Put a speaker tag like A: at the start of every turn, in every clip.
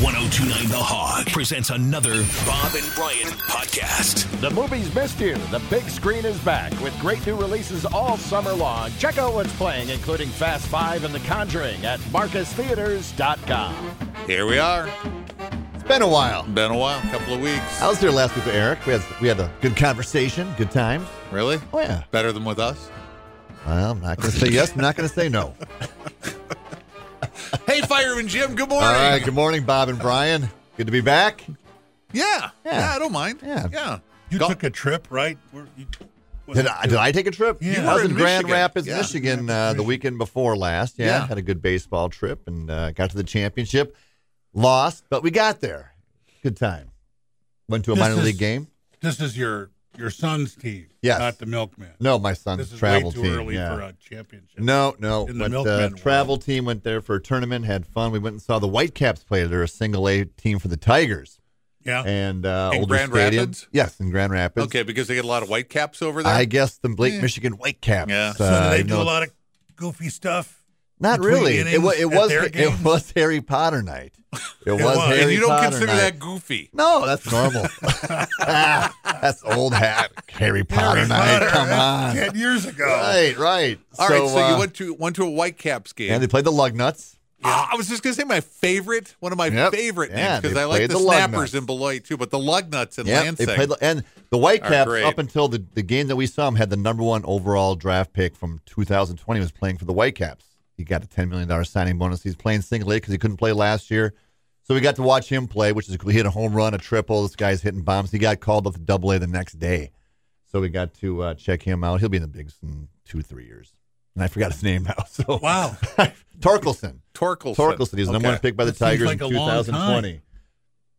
A: 1029 The Hog presents another Bob and Brian podcast.
B: The movies missed you. The big screen is back with great new releases all summer long. Check out what's playing, including Fast Five and The Conjuring at MarcusTheaters.com.
C: Here we are.
D: It's been a while.
C: Been a while, couple of weeks.
D: I was there last week with Eric. We had we had a good conversation, good times.
C: Really?
D: Oh yeah.
C: Better than with us?
D: Well, I'm not going to say yes. I'm not going to say no.
C: Hey, Fireman Jim, good morning.
D: All right. Good morning, Bob and Brian. Good to be back.
C: Yeah. yeah.
D: Yeah.
C: I don't mind.
D: Yeah.
C: Yeah.
E: You
C: Go-
E: took a trip, right? Where you, what-
D: Did I, did I take a trip?
E: You
D: I
C: were
D: was in,
C: in
D: Grand
C: Michigan.
D: Rapids,
C: Yeah.
D: Michigan,
E: Grand
D: uh,
E: Rapids,
D: the
E: Michigan.
D: weekend before last. Yeah,
C: Yeah.
D: had a good baseball trip and uh, got to the championship. Lost, but we got there. Good time. Went to a
E: This
D: minor
E: is-
D: league game.
E: this is your your son's team,
D: Yes.
E: not the milkman.
D: No, my son's
E: this is
D: travel
E: way too
D: team.
E: early
D: yeah.
E: for a championship.
D: No, no.
E: In the
D: but
E: milkman
D: uh,
E: world.
D: travel team went there for a tournament, had fun. We went and saw the Whitecaps play. They're a single A team for the Tigers.
E: yeah,
D: And uh,
C: In
D: older
C: Grand
D: stadium.
C: Rapids?
D: Yes, in Grand Rapids.
C: Okay, because they get a lot of white caps over there.
D: I guess the Blake, Michigan Whitecaps.
C: Yeah. So
E: so do
D: uh,
E: they
D: even
E: do
D: though
E: a lot of goofy stuff.
D: Not
E: between
D: really. It was it
E: innings at
D: was
E: their
D: it
E: games?
D: was Harry Potter night. It was,
E: was.
D: Harry
C: and you don't
D: Potter
C: consider
D: night.
C: that goofy.
D: No, that's normal. Ah, that's old hat. Harry Potter
E: Harry
D: night.
E: Potter,
D: Come on.
E: that's ten years ago.
D: Right, right.
C: All right, so,
D: uh,
C: you went to went to a white caps game.
D: and they played the Lugnuts.
C: Ah, I was just gonna say my favorite, one of my
D: Yep.
C: favorite
D: Yeah,
C: names because
D: they
C: I like
D: played
C: the,
D: the
C: snappers
D: Lugnuts.
C: in Beloit too, but the lugnuts in
D: Yeah,
C: Lansing.
D: they played, and the Whitecaps
C: great.
D: up until the, the game that we saw him had the number one overall draft pick from 2020. Was playing for the Whitecaps. He got a ten million dollar signing bonus. He's playing single A because he couldn't play last year, so we got to watch him play, which is cool. He hit a home run, a triple. This guy's hitting bombs. He got called up to Double A the next day, so we got to uh, check him out. He'll be in the bigs in two three years, and I forgot his name now. So
E: Wow.
D: Torkelson.
C: Torkelson.
D: Torkelson. He's the number
C: Okay.
D: one pick by the
E: That seems
D: Tigers
E: like
D: in
E: a long
D: 2020.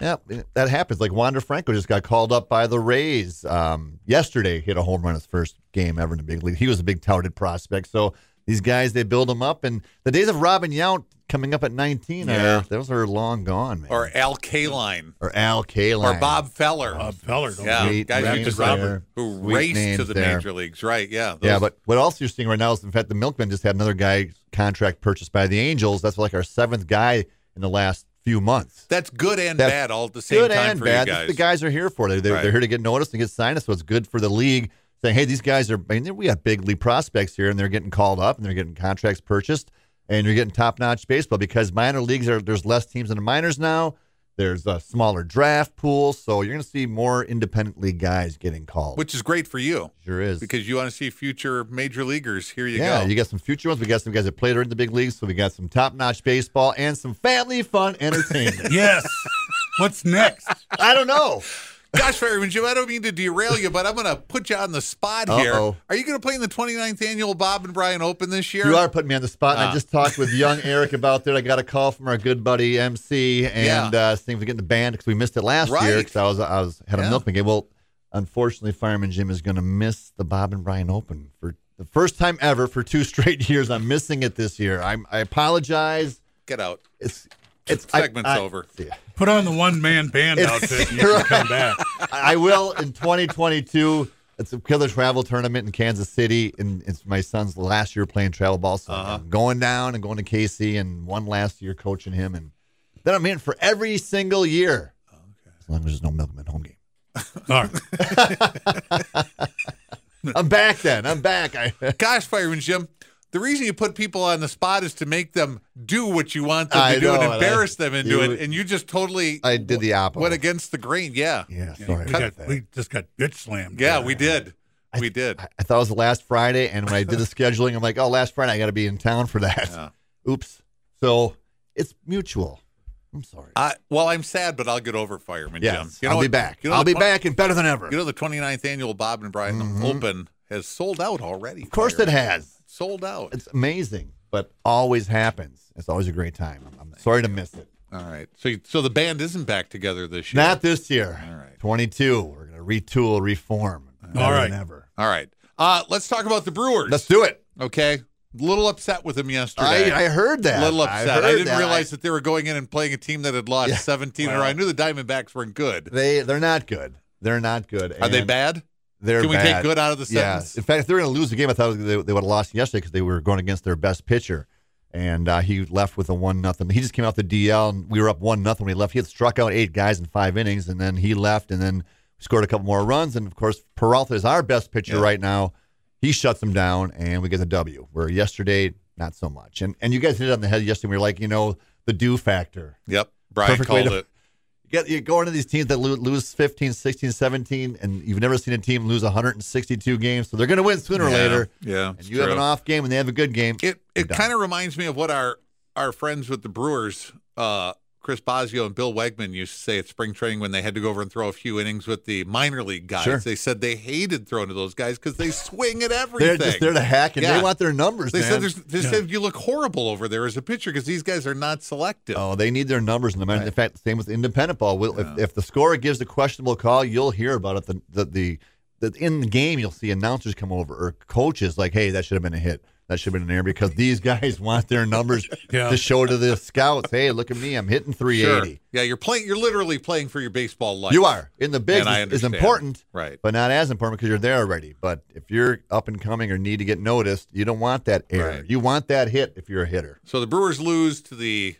D: Yeah, that happens. Like Wander Franco just got called up by the Rays um, yesterday. Hit a home run his first game ever in the big league. He was a big touted prospect. So these guys, they build him up, and the days of Robin Yount coming up at 19,
C: Yeah.
D: are, those are long gone, man.
C: Or Al Kaline.
D: Or Al Kaline.
C: Or Bob Feller.
E: Bob Uh, Feller. Don't
C: yeah,
D: Sweet
C: guys who
D: names
C: just
D: there.
C: who
D: Sweet
C: raced to
D: names
C: the
D: there.
C: major leagues, right? Yeah,
D: Yeah,
C: those-
D: but what else you're seeing right now is, in fact, the Milkmen just had another guy contract purchased by the Angels. That's like our seventh guy in the last few months.
C: That's good and
D: That's
C: bad all at the same
D: good
C: time
D: and
C: for
D: bad.
C: you
D: That's
C: guys.
D: what the guys are here for. They're, they're,
C: Right.
D: they're here to get noticed and get signed. So it's good for the league saying, hey, these guys are, I mean, we got big league prospects here and they're getting called up and they're getting contracts purchased and you're getting top notch baseball because minor leagues are, there's less teams in the minors now. There's a smaller draft pool. So you're going to see more independent league guys getting called.
C: which is great for you
D: sure is.
C: because you want to see future major leaguers. Here you
D: yeah,
C: go.
D: you got some future ones. We got some guys that played in the big leagues. So we got some top notch baseball and some family fun entertainment.
E: Yes. What's next?
D: I don't know.
C: Gosh, Fireman Jim, I don't mean to derail you, but I'm going to put you on the spot here.
D: Uh-oh.
C: Are you going to play in the 29th annual Bob and Brian Open this year?
D: You are putting me on the spot. And
C: Ah.
D: I just talked with young Eric about that. I got a call from our good buddy MC and
C: Yeah.
D: uh, seeing if we get in the band because we missed it last year
C: Right.
D: because I was I was had a
C: Yeah.
D: milkman game. Well, unfortunately, Fireman Jim is going to miss the Bob and Brian Open for the first time ever for two straight years. I'm missing it this year. I'm I apologize.
C: Get out.
D: It's it's I-
C: Segment's
D: I-
C: over.
D: yeah.
E: Put on the one man band
D: It's-
E: outfit and you can come back.
D: I I will in 2022. It's a killer travel tournament in Kansas City, and it's my son's last year playing travel ball. So
E: Uh-huh.
D: I'm going down and going to KC, and one last year coaching him, and then I'm in for every single year, as long as there's no Milkman home game.
E: All right.
D: I'm back then. I'm back. I,
C: Gosh, Fireman Jim, the reason you put people on the spot is to make them do what you want them
D: I
C: to do
D: know,
C: and
D: and
C: embarrass
D: I-
C: them into
D: you-
C: it. And you just totally
D: I did the opposite.
C: went against the grain. Yeah.
D: yeah, sorry.
E: we,
D: about
E: got,
D: that.
E: we just got bitch slammed.
C: Yeah, we did. We did.
D: I- I thought it was the last Friday, and when I did the scheduling, I'm like, oh, last Friday I got to be in town for that. Oops. So it's mutual. I'm sorry.
C: I, well, I'm sad, but I'll get over it, Fireman Jim.
D: Yes, I'll
C: what-
D: be back.
C: You know
D: I'll
C: what-
D: be back and better than ever.
C: You know, the 29th annual Bob and Brian Open has sold out already.
D: Mm-hmm. Of course it has.
C: Sold out.
D: It's amazing, but always happens. It's always a great time. I'm, I'm sorry to miss it.
C: All right. So, you- so the band isn't back together this year.
D: Not this year.
C: All right.
D: 22. We're going to retool, reform. Better
E: right.
D: Than ever.
C: All right. Uh, let's talk about the Brewers.
D: Let's do it.
C: okay. Little upset with them yesterday.
D: I, I heard that.
C: Little
D: I
C: upset. I,
D: heard
C: didn't
D: that.
C: realize that they were going in and playing a team that had lost
D: Yeah.
C: 17 in a row.
D: Well.
C: I knew the Diamondbacks weren't good.
D: they they're not good. They're not good.
C: Are they
D: and
C: bad?
D: They're
C: Can we
D: bad.
C: take good out of the
D: Yeah.
C: sentence?
D: In fact, if they're going to lose the game, I thought they, they would have lost yesterday because they were going against their best pitcher. and uh, he left with a one nothing. He just came out the DL, and we were up one nothing when he left. He had struck out eight guys in five innings, and then he left, and then scored a couple more runs. And of course, Peralta is our best pitcher right now. He shuts him down, and we get the W. Where yesterday, not so much. And and you guys hit it on the head yesterday. We were like, you know, the do factor.
C: Yep. Brian
D: Perfect way
C: called
D: to-
C: it.
D: You get you go into these teams that lo- lose 15, 16, 17, and you've never seen a team lose 162 games, so they're going to win sooner or
C: Yeah,
D: later.
C: yeah,
D: and
C: it's
D: you have
C: true.
D: an off game, and they have a good game.
C: It
D: You're
C: it
D: done.
C: kind of reminds me of what our our friends with the Brewers, uh, Chris Bosio and Bill Wegman used to say at spring training when they had to go over and throw a few innings with the minor league guys.
D: Sure.
C: They said they hated throwing to those guys because they swing at
D: they're
C: everything.
D: just there to hack, and
C: Yeah.
D: they want their numbers.
C: they
D: man.
C: said there's, they said you look horrible over there as a pitcher because these guys are not selective.
D: Oh, they need their numbers in the minute. In fact, same with independent ball. We'll, if, if the scorer gives a questionable call, you'll hear about it. The, the, the, the in the game, you'll see announcers come over or coaches like, "Hey, that should have been a hit. That should have been an error," because these guys want their numbers
E: Yeah.
D: to show to the scouts. Hey, look at me, I'm hitting
C: Sure.
D: 380.
C: Yeah, you're playing. You're literally playing for your baseball life.
D: You are in the big
C: And I
D: is
C: understand.
D: important,
C: Right.
D: But not as important because you're there already. But if you're up and coming or need to get noticed, you don't want that error.
C: Right.
D: You want that hit if you're a hitter.
C: So the Brewers lose to the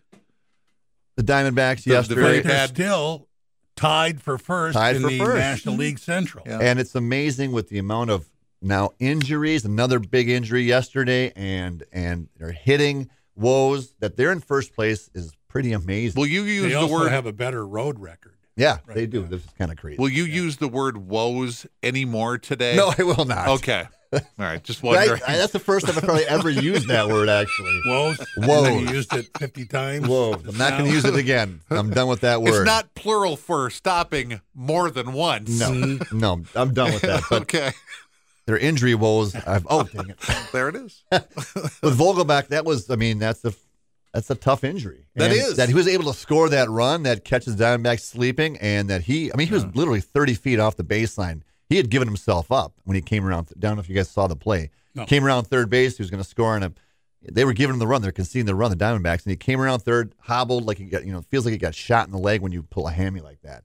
D: The Diamondbacks
C: The- the
D: yesterday.
C: very
E: But they're
C: bad-
E: still tied for first
D: Tied
E: in
D: for
E: the
D: first.
E: National League Central.
C: Yeah.
D: And it's amazing with the amount of now injuries, another big injury yesterday, and and they're hitting woes that they're in first place is pretty amazing.
C: will you use
E: They
C: the
E: also
C: word
E: have a better road record.
D: yeah,
E: Right,
D: they do.
E: yeah.
D: This is kind of crazy.
C: Will you use the word woes anymore today?
D: no, I will not.
C: Okay. All right. Just
D: But I-
C: wondering.
D: I- that's the first time I've probably ever used that word. Actually,
E: Woes. and
D: Woes.
E: then You used it 50 times.
D: whoa!
E: just
D: I'm not going
E: now.
D: to use it again. I'm done with that word.
C: It's not plural for stopping more than once.
D: No, no, I'm done with that. But
C: Okay.
D: their injury woes. I've, oh, dang it.
C: There it is.
D: with Vogelback, that was. I mean, that's a that's a tough injury.
C: That
D: And
C: is.
D: that he was able to score that run that catches Diamondback sleeping, and that he. I mean, he was literally 30 feet off the baseline. He had given himself up when he came around. I don't know if you guys saw the play.
E: No.
D: Came around third base. He was going to score, and a, they were giving him the run. They're conceding the run, the Diamondbacks, and he came around third, hobbled like he got. You know, feels like he got shot in the leg when you pull a hammy like that.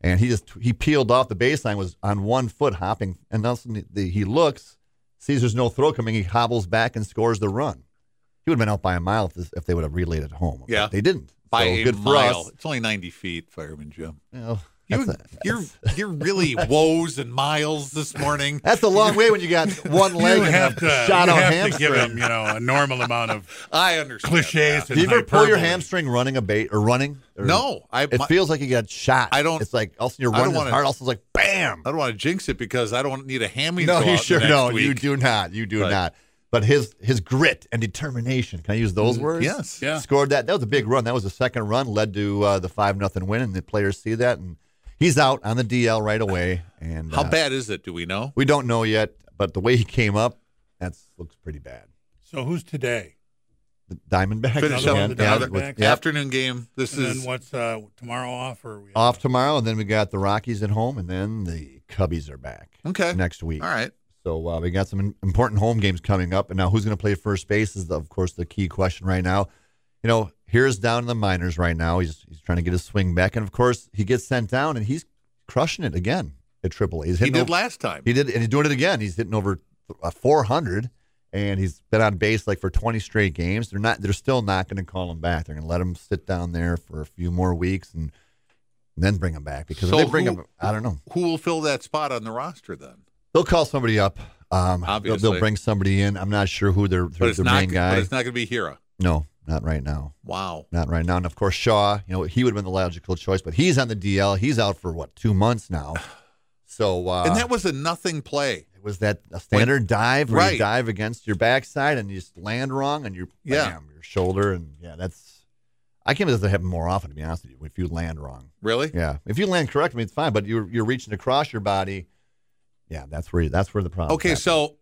D: And he just he peeled off the baseline, was on one foot hopping, and all of a sudden the, he looks, sees there's no throw coming, he hobbles back and scores the run. He would have been out by a mile if, this, if they would have relayed it home.
C: Yeah.
D: they didn't.
C: By
D: so
C: a
D: good
C: mile.
D: for us.
C: It's only 90 feet, Fireman Jim.
D: Well,
C: You,
D: that's, a,
C: you're you're really woes and miles this morning.
D: that's a long way when you got one leg
E: You
D: and
E: have
D: a
E: to,
D: shot
E: you
D: out
E: have to
D: hamstring.
E: give him, you know, a normal amount of
C: I understand.
E: cliches.
D: Do
E: and
D: you ever pull your
E: hyperbole.
D: hamstring running a bait or running? Or-
C: No, I
D: It
C: my-
D: feels like you got shot.
C: I don't-
D: It's like all of a sudden you're
C: I don't
D: running
C: wanna-
D: hard. All of a sudden it's like bam.
C: I don't want to jinx it because I don't need a hammy.
D: No,
C: throw
D: you
C: out
D: sure
C: the next
D: don't. You
C: week.
D: do not. You do
C: Right.
D: not. But his his grit and determination. Can I use those words?
C: Mm, Yes.
E: Yeah.
D: Scored that. That was a big run. That was the second run. Led to uh, the five nothing win, and the players see that, and he's out on the DL right away. And
C: How
D: uh,
C: bad is it? Do we know?
D: We don't know yet, but the way he came up, that looks pretty bad.
E: So who's today?
D: The Diamondbacks
C: Finish
E: up
D: again.
E: with the
D: Yeah,
E: Diamondbacks.
D: with- yeah.
C: Afternoon game. This
E: and
C: is
E: then what's uh, tomorrow off or we
D: off tomorrow, and then we got the Rockies at home, and then the Cubbies are back
C: okay.
D: next week.
C: All right.
D: So uh, we got some im- important home games coming up, and now who's going to play first base is, of course, the key question right now. You know, here's down in the minors right now. He's he's trying to get his swing back, and of course, he gets sent down, and he's crushing it again at AAA. He's
C: He
D: hitting
C: did
D: over-
C: last time.
D: He did, and he's doing it again. He's hitting over uh, 400, and he's been on base like for 20 straight games. They're not. They're still not going to call him back. They're going to let him sit down there for a few more weeks, and, and then bring him back because
C: So
D: if they bring
C: who-
D: him. I don't know.
C: Who will fill that spot on the roster then?
D: They'll call somebody up. Um, they'll- They'll,
C: Obviously.
D: bring somebody in. I'm not sure who their,
C: But
D: their,
C: it's
D: their
C: not.
D: main
C: But
D: guy.
C: it's not going to be Hira.
D: No, not right now.
C: Wow.
D: Not right now. And of course, Shaw, you know, he would have been the logical choice, but he's on the DL. He's out for what, two months now. So, uh,
C: and that was a nothing play.
D: it was that a standard dive where
C: Right.
D: you dive against your backside and you just land wrong and you,
C: Yeah.
D: bam, your shoulder. And yeah, that's, I can't believe that happened more often, to be honest with you, if you land wrong.
C: Really?
D: Yeah. If you land correctly, it's fine, but you're, you're reaching across your body. Yeah, that's where, you, that's where the problem
C: Okay, so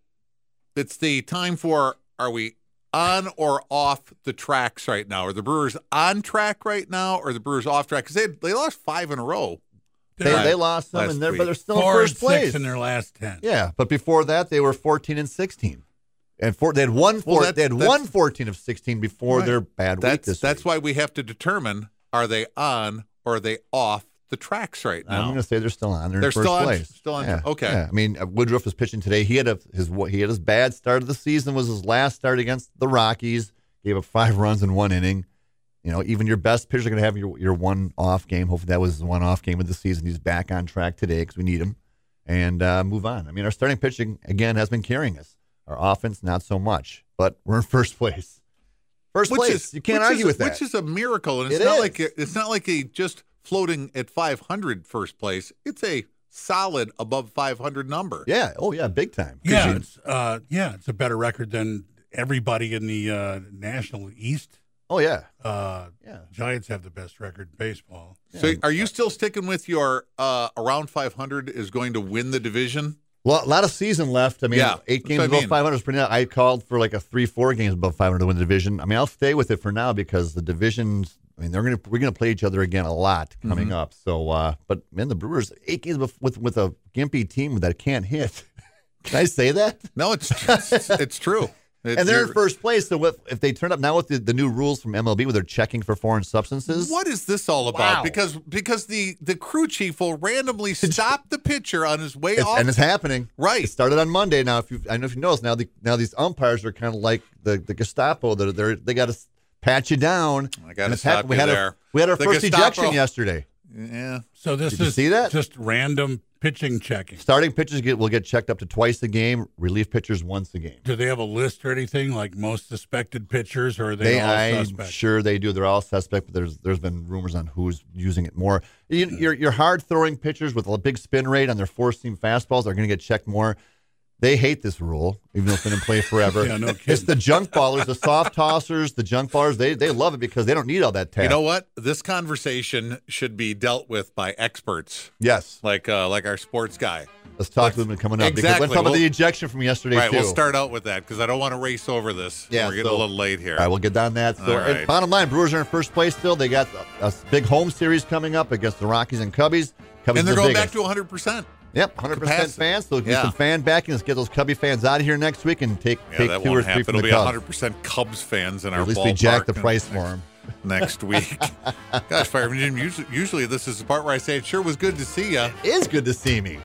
C: it's the time for are we on or off the tracks right now? Are the Brewers on track right now or are the Brewers off track? Because they, they lost five in a row.
D: They,
C: Right.
D: they lost some,
C: Last
D: and they're,
C: week.
D: but they're still
E: four
D: in first
E: and
D: place.
E: six in their last ten.
D: yeah, but before that, they were 14 and 16. And four, they had one four,
C: that-
D: they had
C: that's-
D: one 14 of 16 before
C: Right.
D: their bad week
C: That's
D: this
C: that's
D: week.
C: why we have to determine are they on or are they off the tracks right
D: I'm
C: now?
D: going to say they're still on. They're,
C: They're
D: in first
C: still on-
D: place.
C: still on-
D: Yeah,
C: okay.
D: yeah. I mean, uh, Woodruff is pitching today. He had a, his he had his bad start of the season was his last start against the Rockies. gave up five runs in one inning. You know, even your best pitchers are going to have your, your one off game. Hopefully, that was the one off game of the season. He's back on track today because we need him and uh, move on. I mean, our starting pitching, again, has been carrying us. Our offense, not so much, but we're in first place. First place. you can't
C: which
D: argue
C: is,
D: with that.
C: Which is a miracle, and it's
D: It
C: not
D: is.
C: like it's not like a just floating at 500 first place. It's a solid above 500 number.
D: yeah. Oh, yeah. Big time. 'Cause
E: Yeah,
D: you-
E: it's, uh, yeah, it's a better record than everybody in the uh, National East.
D: oh, yeah.
E: Uh,
D: Yeah.
E: Giants have the best record in baseball.
C: So, are you still sticking with your uh, around 500 is going to win the division?
D: A lot, lot of season left. I mean,
C: Yeah,
D: eight
C: that's
D: games
C: what I
D: above
C: mean.
D: 500 is pretty. I called for like a three, four games above 500 to win the division. I mean, I'll stay with it for now because the divisions. I mean, they're gonna we're gonna play each other again a lot coming
C: Mm-hmm.
D: up. So, uh, but man, the Brewers eight games with with, with a gimpy team that can't hit. Can I say that?
C: No, it's it's, it's true. It-
D: and they're in
C: you're-
D: first place. So if, if they turn up now with the, the new rules from MLB where they're checking for foreign substances,
C: What is this all about?
D: Wow.
C: Because because the the crew chief will randomly stop the pitcher on his way
D: It's-
C: off.
D: and it's happening.
C: Right.
D: It started on Monday. Now, if you, I know if you notice, now the now these umpires are kind of like the, the Gestapo. They're, they're they got to pat you down.
C: I gotta
D: And it's
C: stop
D: happened. we
C: you
D: had Our,
C: there.
D: we had our
C: The
D: first
C: Gestapo.
D: ejection yesterday.
C: yeah,
E: So this
D: Did
E: is
D: you see that?
E: just random pitching checking.
D: Starting pitchers get will get checked up to twice a game. Relief pitchers once a game.
E: Do they have a list or anything like most suspected pitchers, or are they,
D: They,
E: all
D: I'm
E: suspect?
D: sure they do. They're all suspect, but there's there's been rumors on who's using it more. You, your your hard throwing pitchers with a big spin rate on their four seam fastballs are going to get checked more. They hate this rule, even though it's been in play forever.
E: Yeah, no
D: it's
E: kidding.
D: the junk ballers, the soft tossers, the junk ballers. They they love it because they don't need all that tap.
C: you know what? This conversation should be dealt with by experts,
D: yes.
C: like uh, like our sports guy.
D: Let's talk to them coming up because
C: Exactly.
D: let's talk about
C: We'll-
D: the ejection from yesterday
C: All right,
D: too.
C: we'll start out with that because I don't want to race over this.
D: Yeah,
C: we're getting
D: so-
C: a little late here.
D: All right, we'll get down that. So,
C: All right.
D: and bottom line, Brewers are in first place still. They got a, a big home series coming up against the Rockies and Cubbies. Cubbies
C: and they're
D: the
C: going
D: biggest.
C: back to 100. percent
D: Yep, hundred percent
C: Capacity.
D: fans. So get
C: Yeah.
D: some fan backing. Let's get those Cubby fans out of here next week and take
C: Yeah,
D: take
C: that
D: two
C: won't
D: or three
C: happen.
D: from
C: It'll
D: the
C: be
D: Cubs.
C: 100% Cubs fans in our
D: At least
C: ballpark.
D: we jacked the
C: and
D: price for them.
C: next week. Gosh, Fireman Jim, usually, usually this is the part where I say it sure was good to see you.
D: It is good to see me.